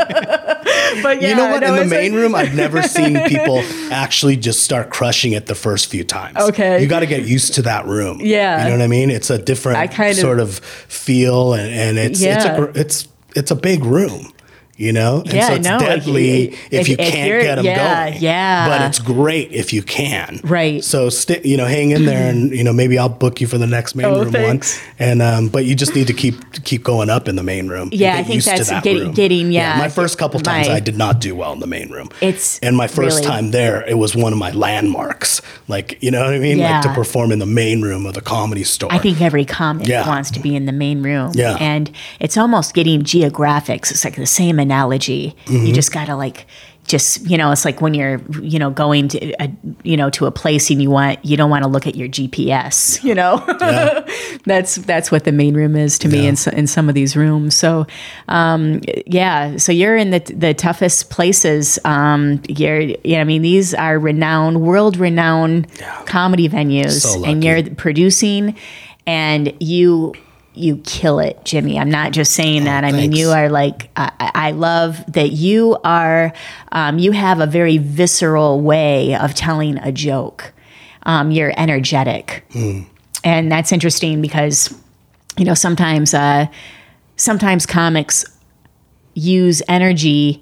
S1: yeah,
S2: you know what?
S1: no,
S2: In the
S1: it's like-
S2: main room,
S1: [LAUGHS]
S2: I've never seen people actually just start crushing it the first few times.
S1: Okay.
S2: You got to get used to that room.
S1: Yeah.
S2: You know what I mean? It's a different
S1: I kind of-
S2: sort of feel, and, and it's it's
S1: Yeah.
S2: a gr- it's it's a big room. You know, and
S1: Yeah,
S2: so it's
S1: no, like,
S2: deadly
S1: i-
S2: if
S1: if-
S2: you
S1: if
S2: can't
S1: you're-
S2: get them
S1: yeah,
S2: going.
S1: yeah.
S2: but it's great if you can.
S1: Right.
S2: So, sti you know, hang in there, and you know, maybe I'll book you for the next main
S1: Oh,
S2: room
S1: thanks.
S2: one. And um, but you just need to keep keep going up in the main room. and
S1: Yeah, I
S2: get
S1: think
S2: used to
S1: that's
S2: that
S1: getting-
S2: room.
S1: getting- yeah,
S2: my first couple times,
S1: my-
S2: I did not do well in the main room.
S1: It's
S2: and my first
S1: really-
S2: time there, it was one of my landmarks. Like you know what I mean? Like to
S1: Yeah.
S2: perform in the main room of the comedy store.
S1: I think every comic
S2: Yeah.
S1: wants to be in the main room.
S2: Yeah.
S1: And it's almost getting geographics. It's like the same analogy.
S2: Mm-hmm.
S1: You just got to like, just, you know, it's like when you're, you know, going to, a, you know, to a place and you want, you don't want to look at your GPS, you know, [LAUGHS] that's, that's what the main room is to me in, so, in some of these rooms. So, um, yeah. So you're in the, the toughest places. Um, you're, you know, I mean, these are renowned, world renowned comedy venues
S2: So
S1: and
S2: lucky.
S1: you're producing and you you kill it jimmy i'm not just saying that i mean
S2: thanks.
S1: you are like I, I I love that you are um, you have a very visceral way of telling a joke um, you're energetic and that's interesting because you know sometimes uh, sometimes comics use energy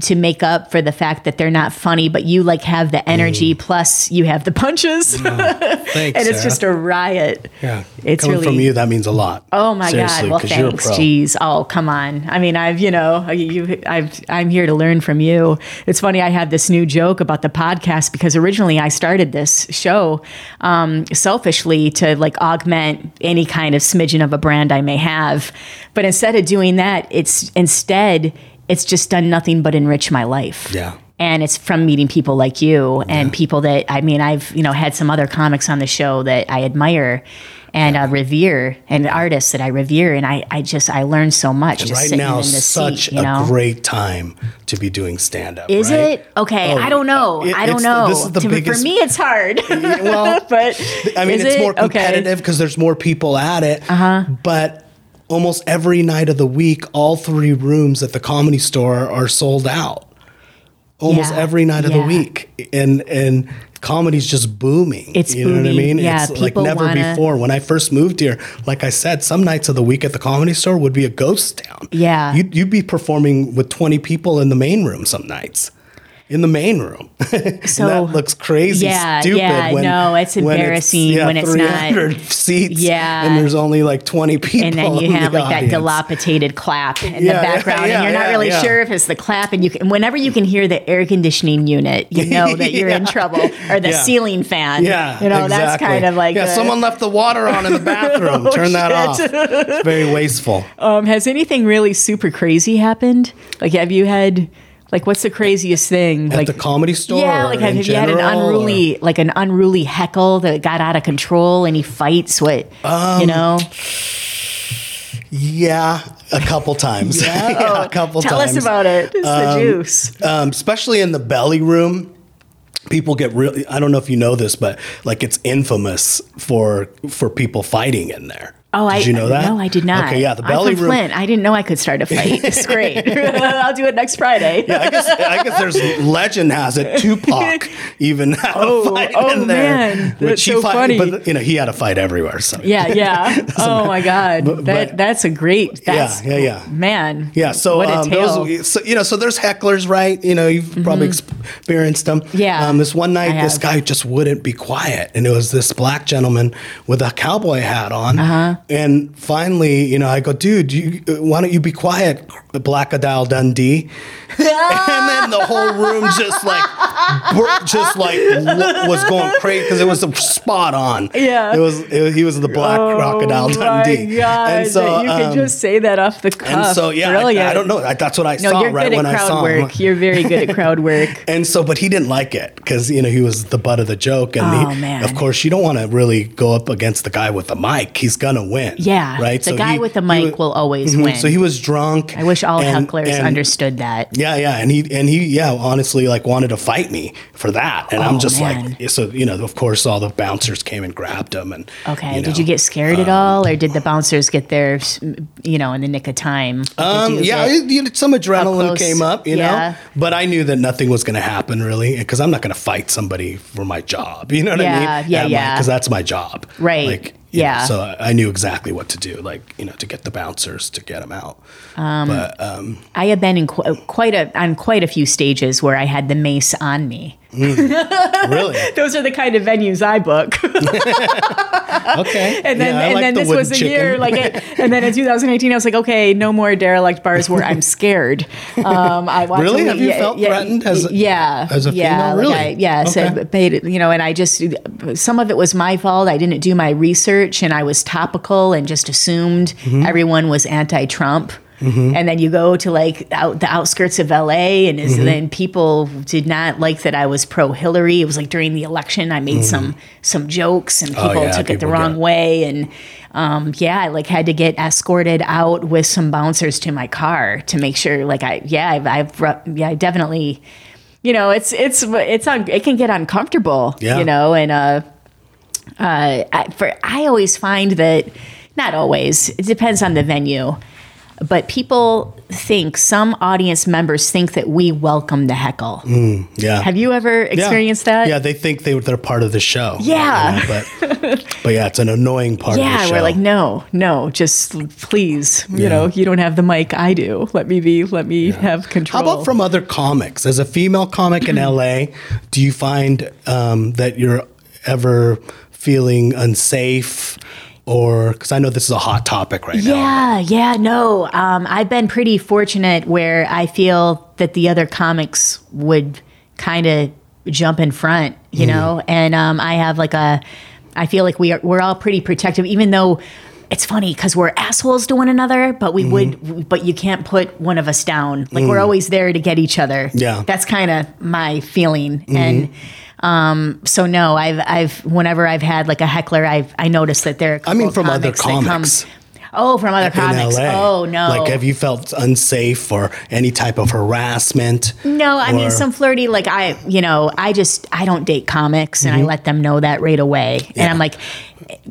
S1: to make up for the fact that they're not funny but you like have the energy plus you have the punches
S2: Thanks,
S1: and it's just a riot.
S2: yeah.
S1: it's
S2: coming from
S1: really-
S2: you. That means a lot.
S1: Oh my
S2: Seriously,
S1: God! Well,
S2: 'cause you're a
S1: thanks.
S2: pro.
S1: Jeez. Oh, come on. I mean, I've you know, you, I've I'm here to learn from you. It's funny. I had this new joke about the podcast because originally I started this show um, selfishly to like augment any kind of smidgen of a brand I may have, but instead of doing that, it's instead it's just done nothing but enrich my life
S2: Yeah.
S1: and it's from meeting people like you and people that I mean I've you know had some other comics on the show that I admire and uh, revere and artists that I revere and I, I just I learned so much just
S2: Right
S1: sitting
S2: now,
S1: in the
S2: such
S1: seat, you know.
S2: a great time to be doing stand up.
S1: is it okay?
S2: Oh,
S1: I don't know.
S2: it-
S1: I don't
S2: it's the-
S1: know.
S2: this is the
S1: To-
S2: biggest-
S1: for me, it's
S2: [LAUGHS]
S1: hard.
S2: Well,
S1: [LAUGHS] but
S2: I mean,
S1: is
S2: it's
S1: it?
S2: more
S1: Okay.
S2: competitive because there's more people at it. Uh-huh. But almost every night of the week, all three rooms at the comedy store are sold out. Almost
S1: Yeah.
S2: every night of
S1: Yeah.
S2: the week, and and comedy's just booming.
S1: It's
S2: you know what I
S1: booming.
S2: mean.
S1: Yeah,
S2: it's like
S1: people
S2: never
S1: wanna-
S2: before. When I first moved here, like I said, some nights of the week at the comedy store would be a ghost town.
S1: Yeah.
S2: you'd, you'd be performing with twenty people in the main room some nights. In the main room, [LAUGHS]
S1: So-
S2: and that looks crazy
S1: Oh, Yeah,
S2: stupid.
S1: yeah,
S2: when,
S1: no, it's
S2: when
S1: embarrassing
S2: yeah,
S1: when it's not-
S2: 300 [LAUGHS] seats.
S1: Yeah.
S2: and there's only like twenty people.
S1: and then you
S2: in
S1: have
S2: the
S1: like that
S2: audience.
S1: dilapidated clap in
S2: Yeah,
S1: the background,
S2: yeah,
S1: and you're not
S2: yeah,
S1: really
S2: yeah.
S1: sure if it's the clap. And you can, whenever you can hear the air conditioning unit,
S2: [LAUGHS]
S1: you know that you're in
S2: Yeah.
S1: trouble, or the
S2: Yeah.
S1: ceiling fan.
S2: Yeah,
S1: you know that's
S2: exactly.
S1: kind of like.
S2: yeah.
S1: the-
S2: someone left the water on
S1: [LAUGHS]
S2: in the bathroom.
S1: Oh,
S2: Turn that off.
S1: shit.
S2: It's very
S1: [LAUGHS]
S2: wasteful.
S1: um, has anything really super crazy happened? Like, have you had? Like, what's the craziest thing?
S2: At
S1: like,
S2: the comedy store.
S1: yeah, like
S2: or
S1: have
S2: in
S1: you had an
S2: general, or-
S1: unruly, like an unruly heckle that got out of control? Any fights? What
S2: Um,
S1: you know?
S2: Yeah, a couple times. [LAUGHS] Yeah, a couple
S1: Tell
S2: times.
S1: us about it. It's the juice.
S2: um, especially in the belly room. People get really. I don't know if you know this, but like it's infamous for for people fighting in there.
S1: Oh, I
S2: Did you know that?
S1: No, I did not.
S2: Okay, yeah, the belly
S1: I'm from
S2: room-
S1: Flint. I didn't know I could start
S2: [LAUGHS]
S1: a fight. It's great. I'll do it next Friday.
S2: I guess I guess
S1: [LAUGHS]
S2: there's legend has it Tupac even had
S1: Oh,
S2: a fight
S1: oh,
S2: in there,
S1: man. That's
S2: he
S1: so
S2: fought,
S1: funny.
S2: But you know he had a fight everywhere. So
S1: [LAUGHS] Yeah,
S2: [LAUGHS]
S1: yeah. Oh my God,
S2: But-
S1: that
S2: but-
S1: that's a great.
S2: Yeah,
S1: That's,
S2: yeah, yeah.
S1: Man.
S2: Yeah, so
S1: what a
S2: um,
S1: tale. Mm-hmm.
S2: those, so you know, so there's hecklers, right? You know, you've probably experienced them.
S1: Yeah,
S2: Um, this one night,
S1: I
S2: this
S1: have.
S2: guy just wouldn't be quiet, and it was this black gentleman with a cowboy hat on. Uh-huh. And finally, you know, I go, dude, you, uh, why don't you be quiet, Blackadile Dundee? [LAUGHS] and then the whole room just like, bur- just like lo- was going crazy because it was spot on.
S1: Yeah. Oh
S2: it was. It, he was the black crocodile Dundee.
S1: My God,
S2: and so
S1: you can
S2: um,
S1: just say that off the cuff.
S2: and so yeah,
S1: Brilliant.
S2: I, I don't know. I, that's what I
S1: No,
S2: saw
S1: you're
S2: right
S1: good
S2: when
S1: at
S2: I
S1: crowd
S2: saw
S1: work.
S2: him.
S1: You're very good
S2: [LAUGHS]
S1: at crowd work.
S2: And so, but he didn't like it because you know he was the butt of the joke, and
S1: Oh,
S2: he-
S1: man.
S2: of course you don't want to really go up against the guy with the mic. He's gonna win.
S1: Yeah,
S2: right.
S1: The guy
S2: he-
S1: with the
S2: he
S1: mic
S2: wa-
S1: will always
S2: Mhm.
S1: win.
S2: So he was drunk.
S1: I wish all
S2: and-
S1: hecklers
S2: and-
S1: understood that.
S2: Yeah, yeah, and he and he yeah, honestly, like wanted to fight me for that, and
S1: Oh,
S2: I'm just
S1: man.
S2: like, so you know, of course, all the bouncers came and grabbed him, and
S1: Okay. did
S2: know. um,
S1: you get scared at all, or did the bouncers get there, you know, in the nick of time? Did
S2: Um,
S1: you
S2: yeah,
S1: get-
S2: it, you know, some adrenaline
S1: close?
S2: came up, you
S1: Yeah.
S2: know, but I knew that nothing was going to happen really because I'm not going to fight somebody for my job. You know what
S1: Yeah,
S2: I mean?
S1: yeah, yeah.
S2: Because that's my job.
S1: Right,
S2: Like, you know,
S1: yeah.
S2: so I I knew exactly what to do, like, you know, to get the bouncers, to get them out. but, um,
S1: I have been in qu- uh, quite a on quite a few stages where I had the mace on me. [LAUGHS]
S2: really?
S1: Those are the kind of venues I book. [LAUGHS]
S2: Okay.
S1: and then
S2: Yeah, I
S1: and
S2: like
S1: then
S2: the
S1: this
S2: wooden
S1: was the
S2: chicken.
S1: year
S2: [LAUGHS]
S1: like it, and then in 2018 I was like okay no more derelict bars where I'm
S2: [LAUGHS]
S1: scared um I want
S2: Really?
S1: to
S2: Have you felt threatened as a-
S1: yeah
S2: as a
S1: yeah
S2: female?
S1: like
S2: Really?
S1: I, yeah so
S2: Okay.
S1: I paid you know and I just some of it was my fault I didn't do my research and I was topical and just assumed
S2: Mm-hmm.
S1: everyone was anti-Trump And then you go to like out the outskirts of LA, and is,
S2: Mm-hmm.
S1: then people did not like that I was pro Hillary. It was like during the election, I made some some jokes, and people
S2: Mm-hmm. Oh, yeah,
S1: took it the
S2: people
S1: wrong
S2: got-
S1: way and um, yeah i like had to get escorted out with some bouncers to my car to make sure like i yeah i've, I've ru- yeah i definitely you know it's it's it's on it can get uncomfortable
S2: Yeah.
S1: you know and uh uh I, for i always find that not always it depends on the venue but people think some audience members think that we welcome the heckle
S2: yeah.
S1: have you ever
S2: Mm. Yeah.
S1: experienced that
S2: Yeah, they think they, they're part of the show.
S1: Yeah.
S2: you know, but, but yeah, it's an annoying part of the
S1: Yeah,
S2: show.
S1: we're like, no, no, just please, you know, you don't have the mic. I do. Let me be. Let me have
S2: How
S1: control.
S2: about from other comics? As a female comic
S1: [CLEARS THROAT]
S2: in LA, do you find um, that you're ever feeling unsafe? Or, because I know this is a hot topic right now.
S1: Yeah, yeah, no. Um, I've been pretty fortunate where I feel that the other comics would kind of jump in front, you
S2: Mm-hmm.
S1: know, and um, I have like a, I feel like we are we're all pretty protective, even though. It's funny because we're assholes to one another, but we
S2: Mm-hmm.
S1: would, but you can't put one of us down. Like we're always there to get each other.
S2: Mm. Yeah. Mm-hmm.
S1: that's kind of my feeling, and um, so no, I've, I've, whenever I've had like a heckler, I've, I noticed that there. Are a
S2: I mean,
S1: couple
S2: from other
S1: that come-
S2: comics.
S1: Oh, from other comics.
S2: In LA.
S1: Oh no.
S2: Like, have you felt unsafe or any type of harassment?
S1: no, I mean
S2: or-
S1: some flirty. Like I, you know, I just I don't date comics,
S2: Mm-hmm.
S1: and I let them know that right away. And I'm like,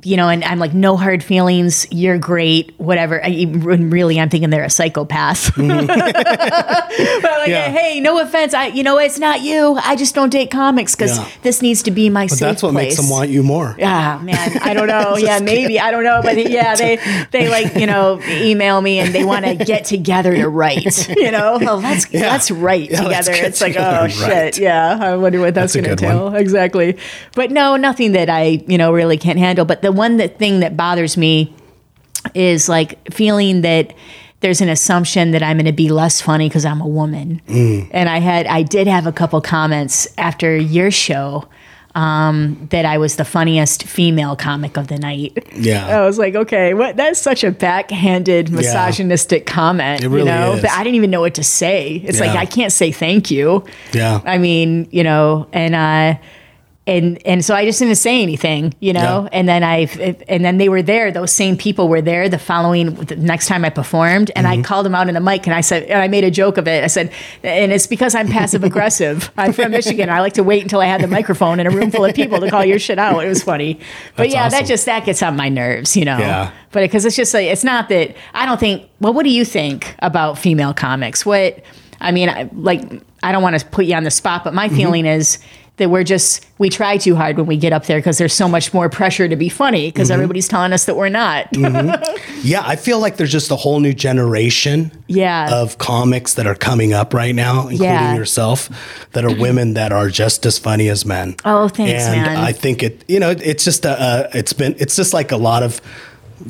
S1: you know, and I'm like, no hard feelings. You're great, whatever. I, and really, I'm thinking they're a psychopath. but [LAUGHS] I'm like,
S2: Mm-hmm. Yeah.
S1: hey, no offense. I, you know, it's not you. I just don't date comics because
S2: Yeah.
S1: this needs to be my safe
S2: That's what
S1: place.
S2: makes them want you more. [LAUGHS]
S1: Ah man, I don't know. yeah, maybe I don't know, but yeah, they they like you know email me and they want to get together to write. You
S2: [LAUGHS]
S1: know, oh, let's let's write
S2: Yeah, let's
S1: together.
S2: get
S1: it's like
S2: together
S1: oh
S2: and write.
S1: shit, yeah. I wonder what that's,
S2: That's a
S1: going to
S2: good
S1: entail exactly. But no, nothing that I you know really can't handle. But the one that thing that bothers me is like feeling that there's an assumption that I'm going to be less funny because I'm a woman.
S2: Mm.
S1: And I had, I did have a couple comments after your show um, that I was the funniest female comic of the night.
S2: Yeah.
S1: I was like, okay, what? That's such a backhanded, misogynistic comment.
S2: It really
S1: you know,
S2: is.
S1: but I didn't even know what to say. It's like
S2: Yeah.
S1: I can't say thank you.
S2: Yeah.
S1: I mean, you know, and uh, and and so I just didn't say anything, you know.
S2: Yeah.
S1: And then I and then they were there. Those same people were there the following the next time I performed, and
S2: Mm-hmm.
S1: I called them out in the mic, and I said, and I made a joke of it. I said, and it's because I'm passive
S2: [LAUGHS]
S1: aggressive. I'm from Michigan. I like to wait until I had the microphone in a room full of people to call your shit out. It was funny, but
S2: That's
S1: yeah, that
S2: awesome.
S1: just that gets on my nerves, you know.
S2: Yeah.
S1: But because it's just like it's not that I don't think. Well, what do you think about female comics? What I mean, I, like I don't want to put you on the spot, but my feeling is that we're just we try too hard when we get up there because there's so much more pressure to be funny because everybody's telling us that we're not.
S2: Yeah, I feel like there's just a whole new generation
S1: yeah.
S2: of comics that are coming up right now, including
S1: Yeah.
S2: yourself, that are women that are just as funny as men.
S1: Oh, thanks,
S2: and
S1: man.
S2: I think it, you know, it's just a, uh, it's been, it's just like a lot of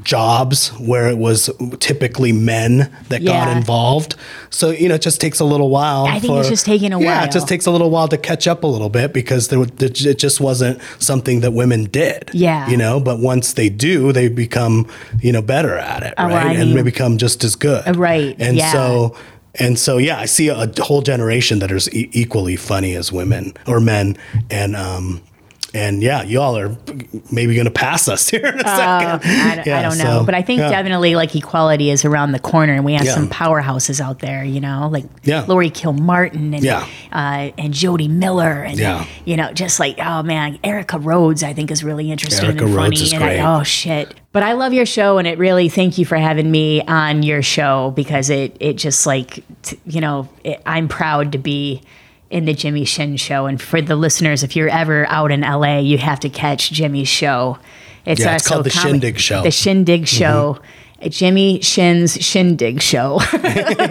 S2: jobs where it was typically men that
S1: Yeah.
S2: got involved. So you know, it just takes a little while.
S1: I think it's just taking a
S2: Yeah,
S1: while.
S2: it just takes a little while to catch up a little bit because there, there it just wasn't something that women did.
S1: Yeah.
S2: you know, but once they do, they become you know better at it,
S1: Oh,
S2: right,
S1: I
S2: and they
S1: mean-
S2: become just as good.
S1: right,
S2: and
S1: yeah.
S2: so. And so, yeah, I see a whole generation that is e- equally funny as women or men, and um, and yeah, y'all are maybe going to pass us [LAUGHS] here in a
S1: Uh,
S2: second.
S1: I, don't- I
S2: Yeah,
S1: don't know,
S2: so,
S1: but I think
S2: yeah.
S1: definitely like equality is around the corner, and we have
S2: Yeah.
S1: some powerhouses out there, you know, like
S2: Yeah.
S1: Lori Kilmartin and
S2: Yeah.
S1: uh, and Jody Miller, and
S2: Yeah.
S1: you know, just like oh man, Erica Rhodes, I think is really interesting
S2: Erica
S1: and
S2: Rhodes
S1: funny,
S2: is
S1: and I-
S2: great.
S1: oh shit. But I love your show, and it really thank you for having me on your show because it it just like t- you know it, I'm proud to be. In the Jimmy Shin show, and for the listeners, if you're ever out in LA, you have to catch Jimmy's show. It's
S2: Yeah,
S1: uh,
S2: it's called The
S1: comic-
S2: Shindig Show. Mm-hmm.
S1: The Shindig Show. Uh, Jimmy Shin's Shindig Show. [LAUGHS]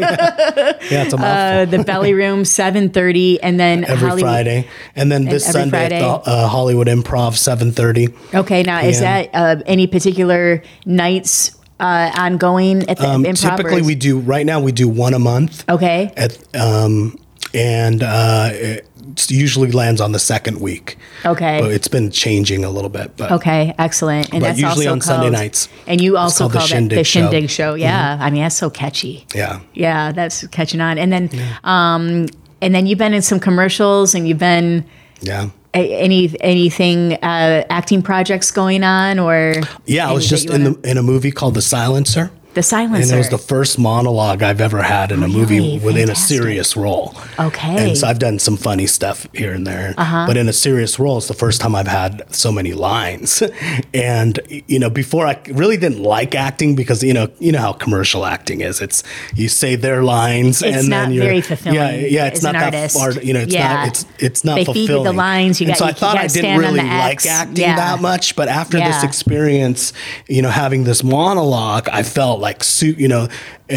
S2: yeah, it's a mouthful. [LAUGHS]
S1: Uh, the Belly Room, 7.30. And then
S2: every
S1: Hollywood.
S2: Friday, and then this
S1: every
S2: Sunday
S1: Friday.
S2: at the uh, Hollywood Improv, seven thirty.
S1: Okay, now is
S2: Yeah.
S1: that uh, any particular nights uh, ongoing at the improv? or
S2: Um, Typically,
S1: is-
S2: we do right now we do one a month,
S1: Okay.
S2: at, um, and uh, it usually lands on the second week.
S1: Okay.
S2: but it's been changing a little bit. But
S1: Okay, excellent. And
S2: But
S1: that's
S2: usually
S1: also
S2: on
S1: called,
S2: Sunday nights.
S1: And you also
S2: called The
S1: call that the
S2: Shindig Show. Mm-hmm.
S1: Shindig Show. Yeah, I mean that's so catchy.
S2: yeah,
S1: Yeah, that's catching on. And then, um, and then you've been in some commercials, and you've been
S2: yeah.
S1: a- any anything uh, acting projects going on or
S2: Yeah, I was
S1: Anything
S2: just
S1: you
S2: in
S1: wanna-
S2: the, in a movie called The Silencer.
S1: the
S2: And
S1: silencer
S2: it was the first monologue I've ever had in a
S1: Really?
S2: movie within a
S1: Fantastic.
S2: serious role.
S1: Okay. Uh-huh.
S2: And so I've done some funny stuff here and there. But in a serious role, it's the first time I've had so many lines. [LAUGHS] and, you know, before I really didn't like acting because, you know, you know how commercial acting is. It's you say their lines
S1: It's
S2: and
S1: not
S2: then you're
S1: very fulfilling
S2: Yeah, yeah, it's
S1: as
S2: not
S1: an
S2: that
S1: artist.
S2: far, you know, it's
S1: Yeah.
S2: not it's it's not
S1: They feed you the
S2: fulfilling.
S1: lines, you
S2: and
S1: got-
S2: so I
S1: you
S2: thought
S1: gotta
S2: I didn't
S1: stand on
S2: really
S1: the X.
S2: like acting
S1: Yeah.
S2: that much, but after this
S1: Yeah.
S2: experience, you know, having this monologue, I felt like suit, you know,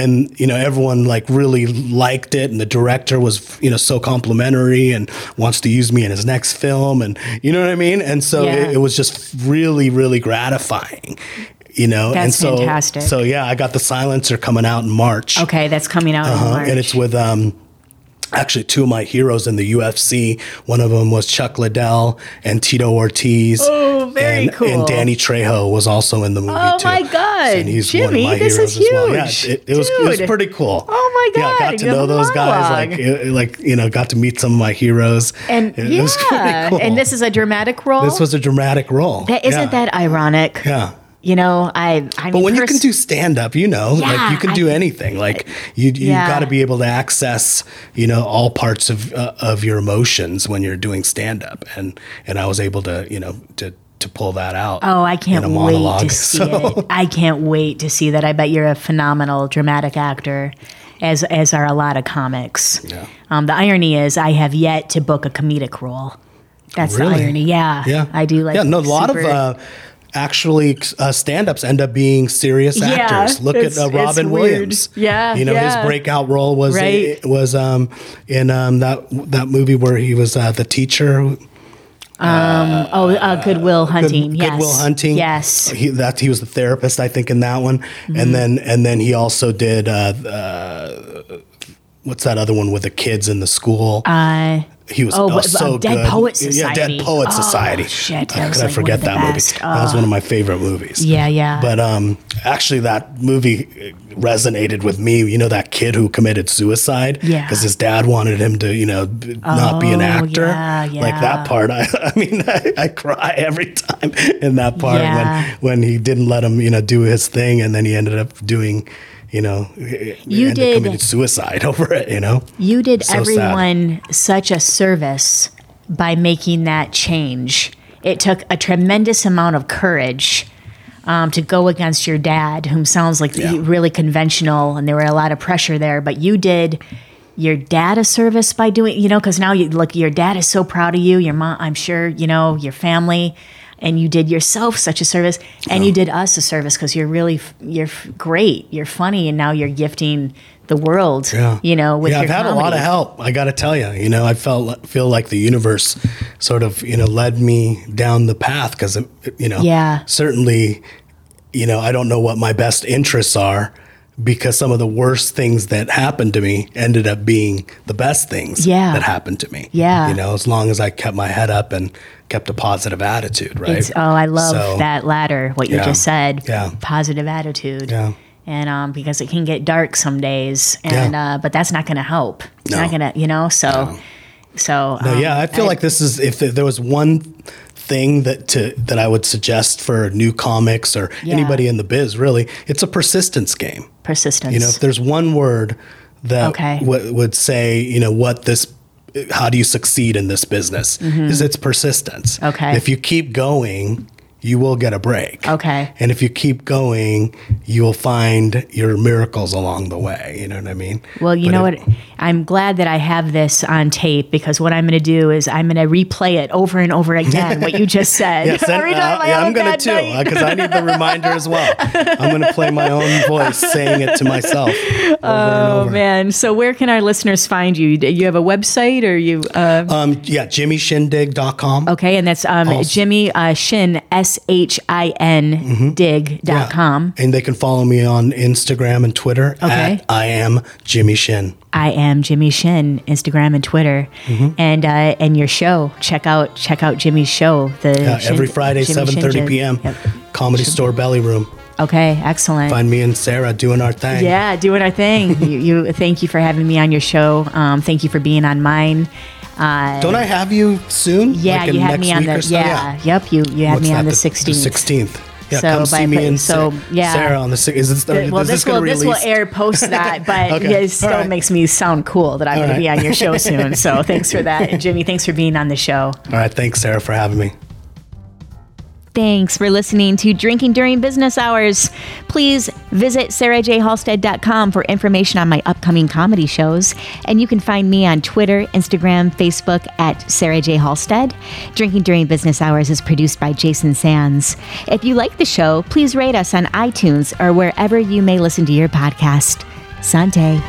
S2: and you know, everyone like really liked it, and the director was, you know, so complimentary and wants to use me in his next film, and you know what I mean. And so
S1: Yeah.
S2: it, it was just really, really gratifying, you know. and
S1: That's
S2: so,
S1: fantastic.
S2: So yeah, I got the silencer coming out in March.
S1: okay that's coming out in
S2: Uh-huh,
S1: March.
S2: and it's with um, actually two of my heroes in the UFC. One of them was Chuck Liddell and Tito Ortiz.
S1: Oh, very
S2: and,
S1: cool.
S2: And Danny Trejo was also in the movie
S1: Oh,
S2: too.
S1: my God.
S2: And he's one
S1: Jimmy,
S2: of my
S1: this
S2: heroes
S1: is
S2: as well. Yeah,
S1: huge.
S2: it, it was it was
S1: Dude.
S2: pretty cool.
S1: Oh, my
S2: Yeah, I
S1: God,
S2: got to
S1: you have
S2: know
S1: a
S2: those guys.
S1: monologue.
S2: Like it- like you know, got to meet some of my heroes.
S1: and
S2: [LAUGHS] it
S1: yeah
S2: was pretty cool.
S1: and this is a dramatic role
S2: this was a dramatic role.
S1: that isn't
S2: Yeah.
S1: that ironic
S2: Yeah.
S1: you know I I
S2: But when you can do stand up, you know,
S1: Yeah,
S2: like you can do
S1: I-
S2: anything. Like you, you
S1: Yeah.
S2: got to be able to access, you know, all parts of uh, of your emotions when you're doing stand up, and and I was able to, you know, to to pull that out.
S1: Oh, I can't
S2: in a
S1: wait to
S2: monologue,
S1: see
S2: [LAUGHS] so-
S1: it. I can't wait to see that. I bet you're a phenomenal dramatic actor, as as are a lot of comics.
S2: Yeah.
S1: Um, the irony is, I have yet to book a comedic role. That's the
S2: Really?
S1: irony. Yeah.
S2: yeah,
S1: I do like.
S2: Yeah, no, a lot of.
S1: super-
S2: Uh, Actually, uh, stand-ups end up being serious
S1: Yeah,
S2: actors. Look at
S1: it's-
S2: uh,
S1: it's
S2: Robin
S1: weird.
S2: Williams.
S1: Yeah,
S2: you know
S1: yeah.
S2: his breakout role was
S1: Right.
S2: was um, in um, that that movie where he was uh, the teacher.
S1: oh, uh, Goodwill Hunting.
S2: Good-
S1: yes.
S2: Goodwill Hunting.
S1: Yes. Mm-hmm.
S2: he, that he was the therapist, I think, in that one, and then and then he also did uh, uh, what's that other one with the kids in the school?
S1: Uh,
S2: he was
S1: oh,
S2: oh,
S1: but-
S2: so
S1: uh, Dead
S2: good.
S1: Poets
S2: Yeah,
S1: Society.
S2: Dead Poet
S1: Oh,
S2: Society.
S1: shit, that
S2: How
S1: was,
S2: could
S1: like, one
S2: I
S1: of
S2: forget
S1: the
S2: that
S1: best. Uh,
S2: movie? That was one of my favorite movies.
S1: yeah, yeah.
S2: But um, actually, that movie resonated with me. You know, that kid who committed suicide
S1: Yeah.
S2: because his dad wanted him to, you know, b- not be an
S1: Oh,
S2: actor.
S1: yeah,
S2: Like
S1: yeah.
S2: that part, [LAUGHS] I, I mean, I, I cry every time in that part
S1: Yeah.
S2: when when he didn't let him, you know, do his thing, and then he ended up doing, you know, he
S1: You
S2: ended
S1: did-
S2: committed suicide [LAUGHS] over it. You know,
S1: You did
S2: So sad.
S1: everyone such a service by making that change. It took a tremendous amount of courage um, to go against your dad, whom sounds like
S2: Yeah.
S1: really conventional, and there were a lot of pressure there. But you did your dad a service by doing, you know, because now you look, your dad is so proud of you, your mom, I'm sure, you know, your family. And you did yourself such a service, and you did us a service because you're really f- you're f- great, you're funny, and now you're gifting the world.
S2: Yeah.
S1: You know, with
S2: yeah,
S1: your
S2: I've had a lot
S1: comedy.
S2: of help. I got to tell you, you know, I felt feel like the universe sort of you know led me down the path because you know,
S1: Yeah.
S2: certainly, you know, I don't know what my best interests are because some of the worst things that happened to me ended up being the best things
S1: Yeah.
S2: that happened to me.
S1: Yeah.
S2: you know, as long as I kept my head up and kept a positive attitude, right?
S1: It's, oh, I love
S2: So,
S1: that latter, what you
S2: Yeah.
S1: just said.
S2: Yeah.
S1: Positive attitude.
S2: Yeah.
S1: And um, because it can get dark some days, and
S2: Yeah.
S1: uh, but that's not going to help. It's
S2: No.
S1: not going to, you know. So, so
S2: No,
S1: um,
S2: yeah, I feel like this is if there was one thing that to that I would suggest for new comics or
S1: Yeah.
S2: anybody in the biz, really, it's a persistence game.
S1: persistence.
S2: You know, if there's one word that
S1: Okay.
S2: w- would say, you know, what this, how do you succeed in this business, is it's persistence.
S1: Mm-hmm. Okay.
S2: If you keep going, you will get a break.
S1: Okay.
S2: And if you keep going, you'll find your miracles along the way. You know what I mean?
S1: Well, you
S2: But
S1: know
S2: if-
S1: what? I'm glad that I have this on tape because what I'm going to do is I'm going to replay it over and over again. what you
S2: [LAUGHS]
S1: just said.
S2: Yeah,
S1: [LAUGHS]
S2: send-
S1: Every time
S2: uh,
S1: I
S2: yeah,
S1: have a
S2: I'm gonna
S1: bad night.
S2: too, because I need the reminder as well. I'm gonna play my own voice saying it to myself. Over and
S1: Oh
S2: over.
S1: man! So where can our listeners find you? Do you have a website or you? Uh,
S2: Um, yeah, jimmyshindig.com.
S1: Okay, and that's um, Jimmy uh, Shin S H I
S2: Mm-hmm.
S1: N Dig dot com.
S2: And they can follow me on Instagram and Twitter
S1: Okay.
S2: at I am Jimmy Shin.
S1: I am Jimmy Shin Instagram and Twitter,
S2: Mm-hmm.
S1: and uh, and your show. Check out check out Jimmy's show. The
S2: Uh,
S1: Shin-
S2: every Friday,
S1: Jimmy
S2: seven thirty
S1: Shin Dig.
S2: p.m.
S1: Yep.
S2: Comedy Store Belly Room.
S1: Okay, excellent.
S2: Find me and Sarah doing our thing.
S1: Yeah, doing our
S2: [LAUGHS]
S1: thing. you, you thank you for having me on your show. Um, thank you for being on mine. Uh,
S2: Don't I have you soon?
S1: yeah,
S2: Like in
S1: you had
S2: next
S1: me on
S2: week
S1: the
S2: or so?
S1: yeah, Yep, you you had
S2: What's
S1: me on
S2: that,
S1: the sixteenth.
S2: Sixteenth. Yeah,
S1: So
S2: come
S1: by-
S2: see me and
S1: so,
S2: so,
S1: yeah.
S2: Sarah on the sixteenth. Is this,
S1: Th- well,
S2: is
S1: this,
S2: this
S1: will
S2: going to
S1: this
S2: release?
S1: will air
S2: [LAUGHS]
S1: post that, but
S2: Okay.
S1: it still
S2: All right.
S1: makes me sound cool that I'm going to be
S2: right.
S1: on your
S2: [LAUGHS]
S1: show soon. So thanks for that, And Jimmy. Thanks for being on the show.
S2: All right. Thanks, Sarah, for having me.
S1: Thanks for listening to Drinking During Business Hours. Please visit sarahjhalstead.com for information on my upcoming comedy shows. And you can find me on Twitter, Instagram, Facebook at Sarah J. Halstead. Drinking During Business Hours is produced by Jason Sands. If you like the show, please rate us on iTunes or wherever you may listen to your podcast. Sante.